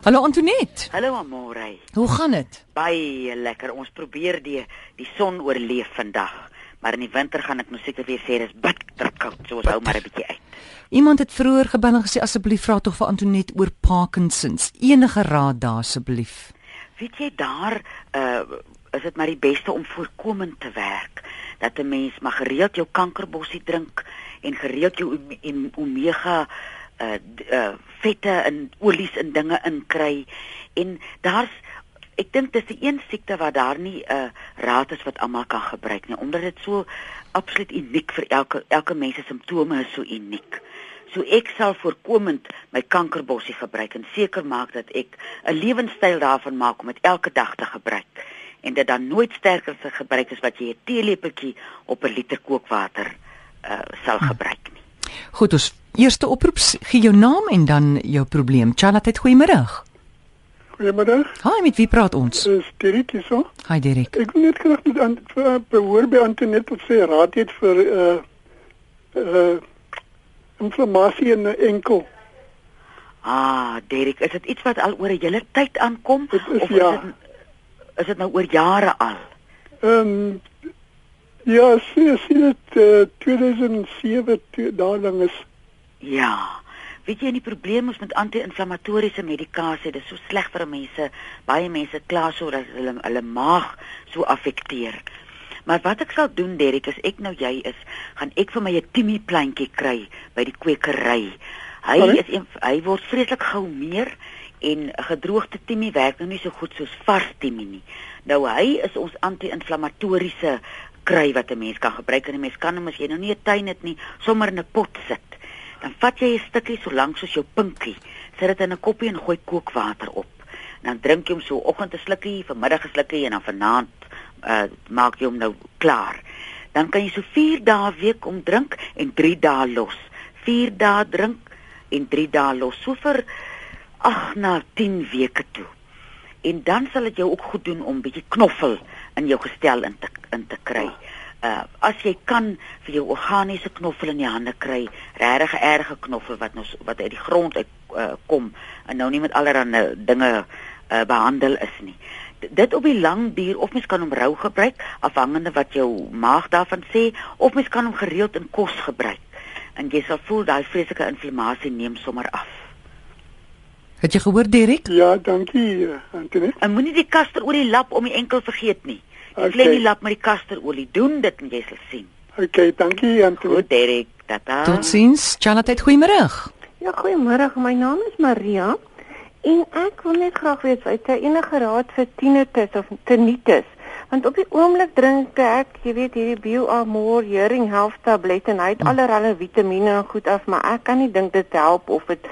Hallo Antonet. Hallo Amorey. Hoe gaan dit? Baie lekker. Ons probeer die die son oorleef vandag. Maar in die winter gaan ek nou seker weer sê dis bitter koud, so ons hou maar 'n bietjie uit. Iemand het vroeër gebel en gesê asseblief vra tog vir Antonet oor Parkinsons. Enige raad daar asseblief. Weet jy daar uh is dit maar die beste om voorkomend te werk dat 'n mens maar gereeld jou kankerbossie drink en gereeld jou ome- em- omega uh, d- uh vette en olies en dinge inkry en daar's ek dink dis die een siekte wat daar nie 'n uh, raad is wat almal kan gebruik nie omdat dit so absoluut uniek vir elke elke mens se simptome is so uniek. So ek sal voorkomend my kankerbossie gebruik en seker maak dat ek 'n lewenstyl daarvan maak om dit elke dag te gebruik en dit dan nooit sterker te gebruik as wat jy 'n teelepeltjie op 'n liter kookwater uh, sal gebruik nie. Goed, ons eerste oproep s- gee jou naam en dan jou probleem. Charlotte, het goeiemiddag. Goeiemiddag, Hi, met wie praat ons? dis Dirk hierso. Hi Derek. Ek wil net graag met aan vir- behoor by Antonet of sy raad het vir uh uh inflammasie in 'n enkel. Ah, Derek, is dit iets wat al oor 'n hele tyd aankom Dit is of ja. is dit is dit nou oor jare al? Ehm um, ja, sy sê dit uh, 2007 toe, daar lank is. Ja. Weet jy, en die probleem is met anti-inflammatoriese medikasie, dit is so sleg vir mense. Baie mense kla so dat hulle hulle maag so affekteer. Maar wat ek sal doen, Derek, as ek nou jy is, gaan ek vir my 'n timie plantjie kry by die kwekery. Hy Sorry? is een, hy word vreeslik gou meer en gedroogde timie werk nou nie so goed soos vars timie nie. Nou hy is ons anti-inflammatoriese kry wat 'n mens kan gebruik en 'n mens kan hom as jy nou nie 'n tuin het nie, sommer in 'n pot sit. Dan vat jy 'n stukkie so lank soos jou pinkie, sit dit in 'n koppie en gooi kookwater op. En dan drink jy hom so oggend 'n slukkie, vanmiddag 'n slukkie en dan vanaand uh, maak jy hom nou klaar. Dan kan jy so 4 dae 'n week om drink en 3 dae los. 4 dae drink en 3 dae los. So vir 8 na 10 weke toe. En dan sal dit jou ook goed doen om bietjie knoffel in jou gestel in te in te kry. Uh as jy kan vir jou organiese knoffel in die hande kry, regtig erge knoffel wat nou s- wat uit die grond uit uh, kom en nou nie met allerlei dinge uh, behandel is nie. D dit op die lang duur of mens kan hom rou gebruik afhangende wat jou maag daarvan sê of mens kan hom gereeld in kos gebruik en jy sal voel daai vreeslike inflammasie neem sommer af. Het jy gehoor Derek? Ja, dankie eh, Antonet. En moenie die kaster oor die lap om die enkel vergeet nie. Jy Okay. okay. klem die lap met die kasterolie. Doen dit en jy sal sien. Okay, dankie Antonet. Goed, Derek. Tata. Totsiens. Charlotte, goeiemiddag. Ja, goeiemôre. My naam is Maria en ek wil net graag weet of jy enige raad vir tinnitus of tinnitus. Want op die oomblik drink ek, jy weet, hierdie Bioamor hearing health tablet en hy het allerlei vitamiene en goed af, maar ek kan nie dink dit help of dit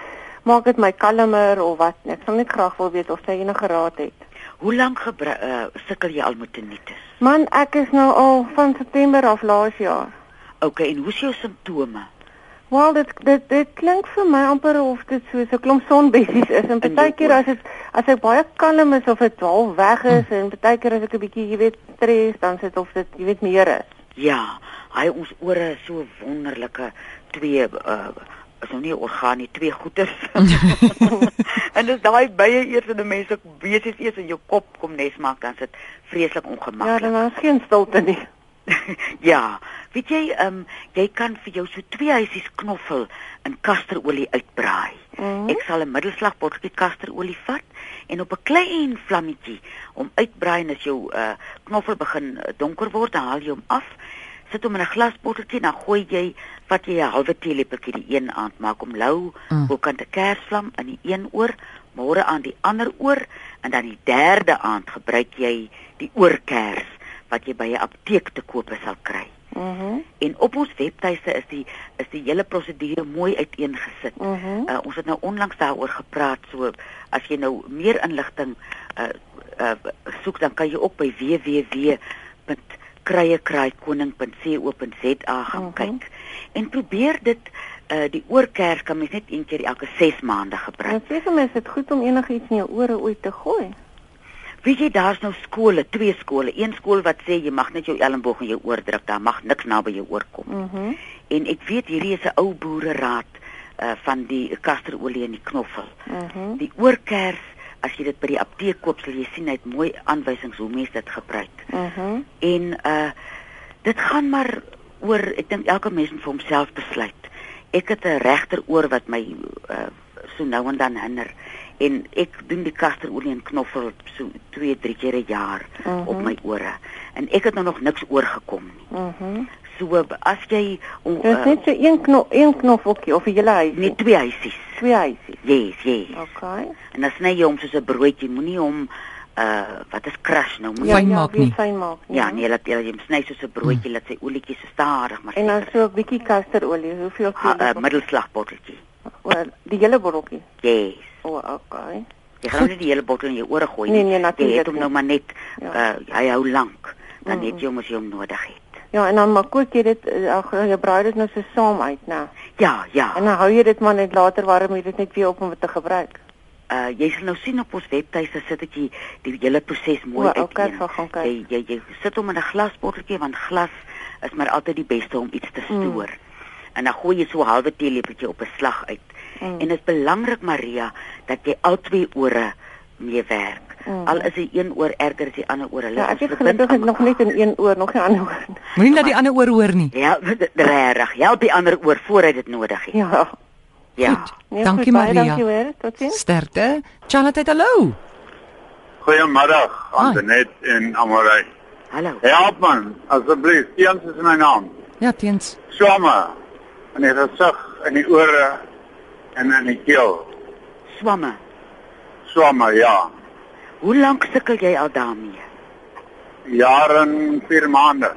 maak dit my kalmer of wat. nie. Ek sal net graag wil weet of jy enige raad het. Hoe lank gebru- uh, sukkel jy al met tinnitus? Man, ek is nou al van September af laas jaar. OK, en hoe's jou simptome? Wel dit dit dit klink vir my amper of dit so so klomp sonbessies is en In jou baie keer oor. as dit as ek baie kalm is of dit half weg is en baie keer as ek 'n bietjie jy weet stres dan sit of dit jy weet meer is. Ja, hy ons ore is so wonderlike twee uh is nou nie 'n orgaan nie, twee goeters. en dis daai baie eers in 'n mens ook besies eers in jou kop kom nes maak dan sit vreeslik Ja, ongemaklik. dan is geen stilte nie. ja, weet jy, ehm jy kan vir jou so twee huisies knoffel in kasterolie uitbraai. Mhm. Ek sal 'n middelslag botteltjie kasterolie vat en op 'n klein vlammetjie hom uitbraai en as jou uh, knoffel begin eh, donker word, dan haal jy hom af. Sit hom in 'n glasbotteltjie, dan gooi jy wat jy 'n halwe teelepeltjie die een aand maak om lou, Mm. bokant 'n kersvlam in die een oor, môre aan die ander oor en dan die derde aand gebruik jy die oorkers wat jy by 'n apteek te koop sal kry. Mhm. En op ons webtuiste is die is die hele prosedure mooi uiteengesit. Mhm. Uh, ons het nou onlangs daaroor gepraat so as jy nou meer inligting uh, uh soek dan kan jy ook by www.kruiekraaikoning.co.za gaan Mhm. kyk. En probeer dit uh die oorkers kan mens net een keer elke 6 maande gebruik. Dit sê vir my is dit goed om enigiets in jou ore ooit te gooi. Weet jy daar's nou skole, twee skole, een skool wat sê jy mag net jou elmboog in jou oor druk, daar mag niks naby jou oorkom. Mhm. En ek weet hierdie is 'n ou eh, boereraad uh van die kasterolie en die knoffel. Mhm. Die oorkers As jy dit by die apteek koop, sal jy sien hy het mooi aanwysings hoe mense dit gebruik. Mhm. En uh dit gaan maar oor ek dink elke mens moet vir homself besluit. Ek het 'n regteroor wat my uh so nou en dan hinder en ek doen die kasterolie en knoffel so 2, 3 keer 'n jaar Mhm. op my ore. En ek het nou nog niks oorgekom nie. Mhm. So as jy oh, Dis net so een knop een knoffeltjie of 'n hele huisie. net twee huisies. twee huisies. Yes, yes. Okay. En dan sny jy hom soos 'n broodjie, moenie hom uh wat is crush nou, moenie Ja, Fyn maak wie nie. Fyn maak nie. Ja, nee, laat jy hom sny soos 'n broodjie, laat sy olietjies so stadig maar En dan seker. so 'n bietjie kasterolie, hoeveel Ha- kleur? uh, middelslagbotteltjie. Oor die hele botteltjie. Yes. O, oh, okay. Jy gaan nou nie die hele bottel in jou ore gooi Nee, nee, natuurlijk Jy het hom nie. nou maar net Ja. uh hy hou lank. Dan mm. het jy hom as jy hom nodig het. Ja, en dan maar kook jy dit eh, ag jy braai dit nou so saam uit, né? Ja, ja. En dan hou jy dit maar net later warm, jy dit net weer op om dit te gebruik. uh jy sal nou sien op ons webtuiste sit ek die, die hele proses mooi O, ou kerk uiteen. sal gaan kyk. Jy, jy jy sit hom in 'n glasbotteltjie want glas is maar altyd die beste om iets Mm. te stoor. En dan gooi jy so 'n halwe teelepeltjie op 'n slag uit. Mm. En dit is belangrik Maria dat jy al twee ore mee werk. Al is die een oor erger as die ander oor. Hulle Mm. Ja, is ek het verbind gelukkig aan het nog net mekaar. in een oor, nog nie ander oor. nie. Moenie dat die ander oor hoor nie. Ja, reg. Help die ander oor voor hy dit nodig het. Ja. Ja. Nee, Dankie, goed, baie Maria. Dankie hoor. Totsiens. Sterkte. Charlotte, hallo. Goeiemiddag, Hi. Antonet en Amorey. Hallo. Help man, asseblief, Steens is my naam. Ja, teens. Swamme in die gesig, in die ore en in die keel. Swamme. Swamme, ja. Hoe lank sukkel jy al daarmee? Jare en 4 maande.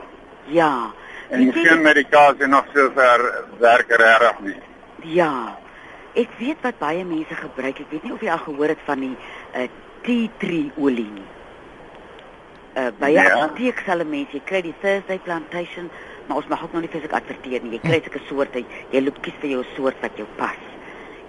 Ja. En Weet jy- geen medikasie nog sover werk regtig nie. Ja. Ek weet wat baie mense gebruik. Ek weet nie of jy al gehoor het van die uh, tea tree olie nie. Uh, by 'n Nee. ja. apteek sal 'n mens, jy kry die Thursday plantation, maar ons mag ook nog nie fisiek adverteer nie. Jy kry sulke soorte, jy loop kies vir jou soort wat jou pas.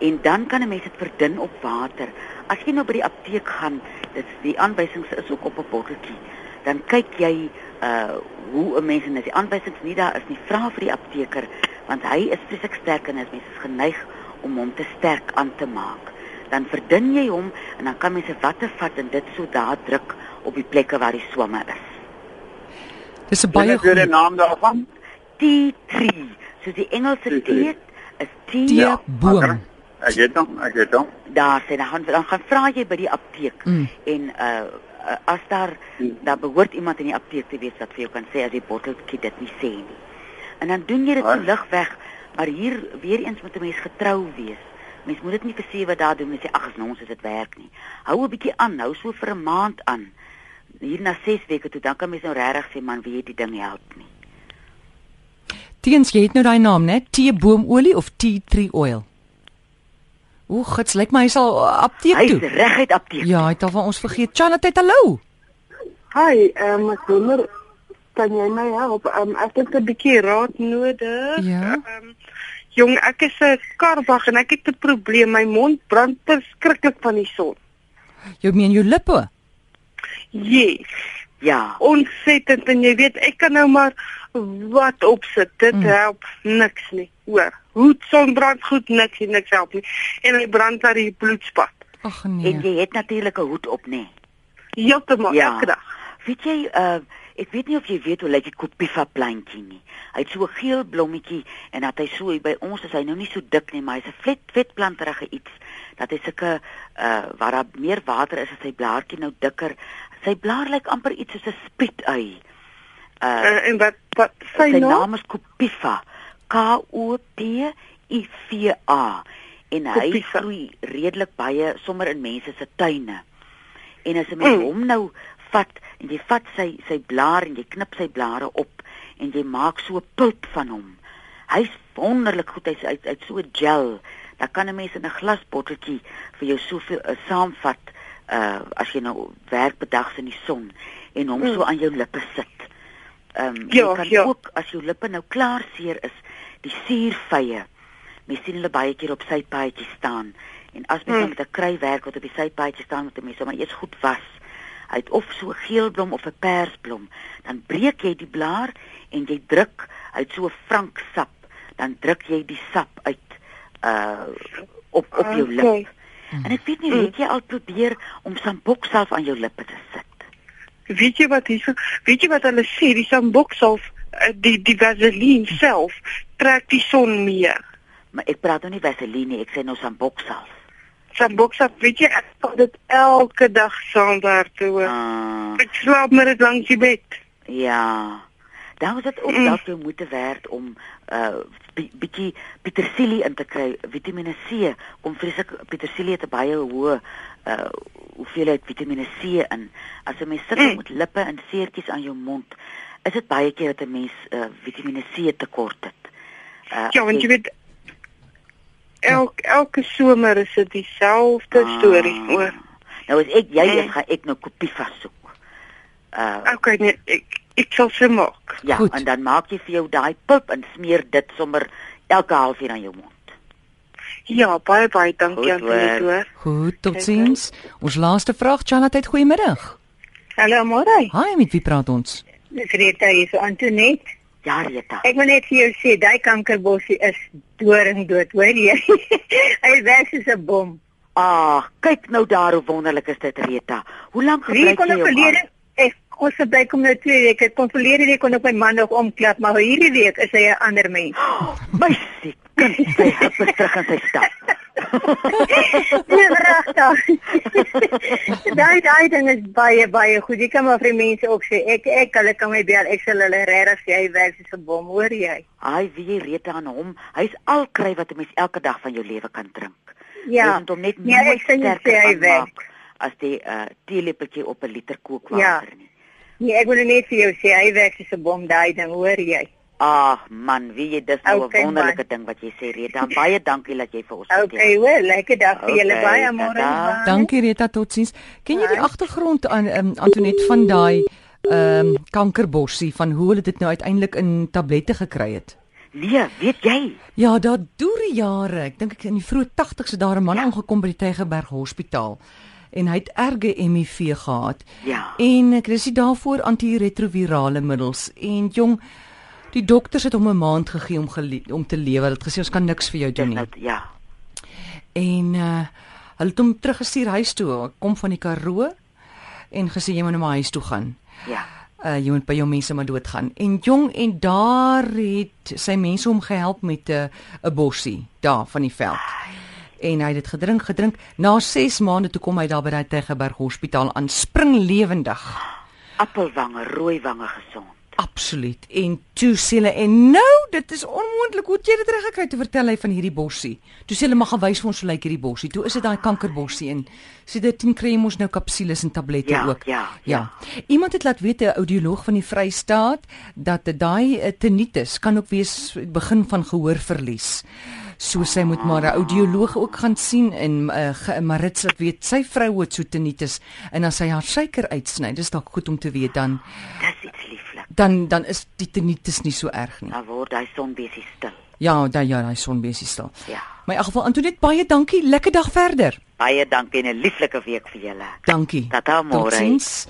En dan kan 'n mens dit verdun op water. As jy nou by die apteek gaan, dit die aanwysings is ook op 'n botteltjie. Dan kyk jy uh hoe 'n mens en as die aanwysings nie daar is nie, vra vir die apteker want hy is fisiek sterk en as mens is geneig om hom te sterk aan te maak. Dan verdun jy hom en dan kan mens 'n watte vat en dit so daar druk op die plekke waar die swamme is. Dis 'n Wat baie is weer die goeie naam daarvan? Tea tree, soos die Engelse Tea tree. tee is tea. Tee. Ja. Boom. akker. Ek weet hom, ek weet hom. Daar sê dan gaan dan gaan vra jy by die apteek Mm. en uh uh, as daar daar behoort iemand in die apteek te wees wat vir jou kan sê as die botteltjie dit nie sê nie. En dan doen jy dit so Ah. lig weg, maar hier weer eens moet 'n mens getrou wees. Mens moet dit nie verseë wat daar doen en sê ag, is nou ons is dit werk nie. Hou 'n bietjie aan, hou so vir 'n maand aan. Hier na 6 weke toe dan kan mens nou regtig sê man, wie het die ding help nie. Teens, jy het nou daai naam, né? Teeboomolie of tea tree oil. O, gits, lyk my hy sal uh, apteek Hy's toe. reguit apteek. Ja, hy het al van ons vergeet. Charlotte, hallo. Hi, ehm um, ek wonder kan jy my help? Ehm um, ek het 'n bietjie raad nodig. Ja. Ehm um, jong, ek is 'n karwag en ek het 'n probleem. My mond brand verskriklik van die son. Jy meen jou lippe. Yes, Ja. ontsettend en jy weet ek kan nou maar wat opsit. Dit mm. help niks nie. Hoor, hoe sonbrand goed niks, nie, niks help nie. En hy brand daar die bloedspat. Ag En nee. jy het natuurlik 'n hoed op, nê? Nee. Heeltemal ja. elke dag. Weet jy, uh, ek weet nie of jy weet hoe lyk die Kopifa plantjie nie. Hy het so 'n geel blommetjie en dat hy so by ons is hy nou nie so dik nie, maar hy's 'n vet vetplanterige iets. Dat hy sulke uh waar daar meer water is, is sy blaartjie nou dikker. Sy blaar lyk amper iets soos 'n sprietui. Uh Uh, en wat wat sy sy naam? naam is Kopifa. K O P I V A. En hy Kopifa. groei redelik baie sommer in mense se tuine. En as 'n mens Mm. hom nou vat en jy vat sy sy blaar en jy knip sy blare op en jy maak so 'n pulp van hom. Hy's wonderlik goed. Hy's uit uit so 'n gel. Dan kan 'n mens in 'n glasbotteltjie vir jou soveel uh, saamvat uh as jy nou werk bedags in die son en hom Mm. so aan jou lippe sit. Ehm um, Ja, jy kan ja. ook as jou lippe nou klaar seer is, die suurvye. Mens sien hulle baie keer op sypaadjies staan. En as mens Mm. dan met 'n kry werk wat op die sypaadjie staan moet 'n mens hom maar eers goed was. Hy het of so 'n geelblom of 'n persblom, dan breek jy die blaar en jy druk uit so 'n frank sap, dan druk jy die sap uit uh op op jou Okay. Hmm. lip. En ek weet nie weet jy al probeer om sambok self aan jou lippe te sit. Weet jy wat hierso? Weet jy wat hulle sê, die sambok self eh, die die vaseline self trek die son mee. Maar ek praat nou nie vaseline, nie, ek sê nou sambok self. Sambok self, weet jy ek vat dit elke dag saam daartoe. Ah, Ek slaap met dit langs die bed. ja. Dan was dit ook Mm. dalk jou moeite werd om uh bi- bietjie petersilie in te kry. Vitamiene C kom vreeslik petersilie het 'n baie hoë uh hoeveelheid Vitamiene C in. As 'n mens sukkel Mm. met lippe en seertjies aan jou mond, is dit baie keer dat 'n mens uh Vitamiene C tekort het. Uh, Ja, want jy- jy weet Ja. elk elke somer is dit dieselfde storie. Ah. Oor. Nou as ek jy is, Mm. gaan ek nou kopie vassoek. Uh Okay, nee, ek ek sal se maak. ja, Goed. Goed. en dan maak jy vir jou daai pulp en smeer dit sommer elke halfuur aan jou mond. Ja, baie baie dankie Goed aan julle werk. hoor. Goed, totsiens. Ons laaste vraag, Janet, goeiemiddag. Hallo Morai. Hi, met wie praat ons? Dis Rita hier so Antonet. Ja, Rita. Ek wil net vir jou sê daai kankerbossie is doringdood, hoor jy? Hy werk soos 'n bom. Ag, kyk nou daar hoe wonderlik is dit Rita. Hoe lank Wie gebruik kon jy op hom? verlede ek ons gebruik hom nou twee weke. Ek kon verlede week kon ek my man nog omklap, maar hierdie week is hy 'n ander mens. My siek kind, sy het terug aan sy stap. Nee, regtig. daai daai ding is baie baie goed. Jy kan maar vir mense ook sê ek ek hulle kan my bel. Ek sal hulle regtig sê hy werk soos 'n bom, hoor jy? Ai, wie jy Rita aan hom. Hy's al kry wat 'n mens elke dag van jou lewe kan drink. Jy Ja. moet hom net Ja, nooit ek sê nie sterker sê hy aanmaak werk. as die uh teelepeltjie op 'n liter kookwater Ja. nie. Nee, ek wil net vir jou sê hy werk soos 'n bom daai ding, hoor jy? Ag man, wie jy dis nou 'n Okay, wonderlike ding wat jy sê Rita. Baie dankie dat jy vir ons Okay, wel, lekker dag vir julle Ja. Okay, baie tada. môre. Dankie Reta, totsiens. Ken jy die agtergrond aan um, Antonet van daai ehm um, kankerbossie van hoe hulle dit nou uiteindelik in tablette gekry het? Nee, weet jy? Ja, daar deur jare, ek dink ek in die vroeë 80's het daar 'n man aangekom by die Tygerberg Hospitaal en hy het erge HIV gehad. Ja. En ek dis die daarvoor antiretrovirale middels en jong die dokters het hom 'n maand gegee om gele, om te lewe. Hulle het gesê ons kan niks vir jou doen Dis nie. nou ja. En uh hulle het hom teruggestuur huis toe. Kom van die Karoo en gesê jy moet na my huis toe gaan. Ja. Uh jy moet by jou mense maar doodgaan. En jong en daar het sy mense hom gehelp met 'n 'n bossie daar van die veld. En hy het dit gedrink, gedrink. Na 6 maande toe kom hy daar by daai Tygerberg Hospitaal aan spring lewendig. Appelwange, rooi wange gesond. Absoluut. En toe sê hulle en nou, dit is onmoontlik hoe het jy dit reg gekry te vertel hy van hierdie bossie. Toe sê hulle mag gewys vir ons hoe lyk hierdie bossie. Toe is dit daai kankerbossie en sedertien kry jy mos nou kapsules en tablette Ja, ook. ja, ja. Iemand het laat weet 'n audioloog van die Vrystaat dat daai eh, tinnitus kan ook wees begin van gehoorverlies. So sy moet maar 'n audioloog ook gaan sien en uh, Marits laat weet sy vrou het so tinnitus en as sy haar suiker uitsny, dis dalk goed om te weet dan Dis iets lieflik. dan dan is die tinnitus nie so erg nie. Dan word hy sonbesie stil. Ja, daai ja, daai sonbesie stil. Ja. Maar in elk geval Antonet baie dankie. Lekker dag verder. Baie dankie en 'n lieflike week vir julle. Dankie. Tata, môre. Totsiens.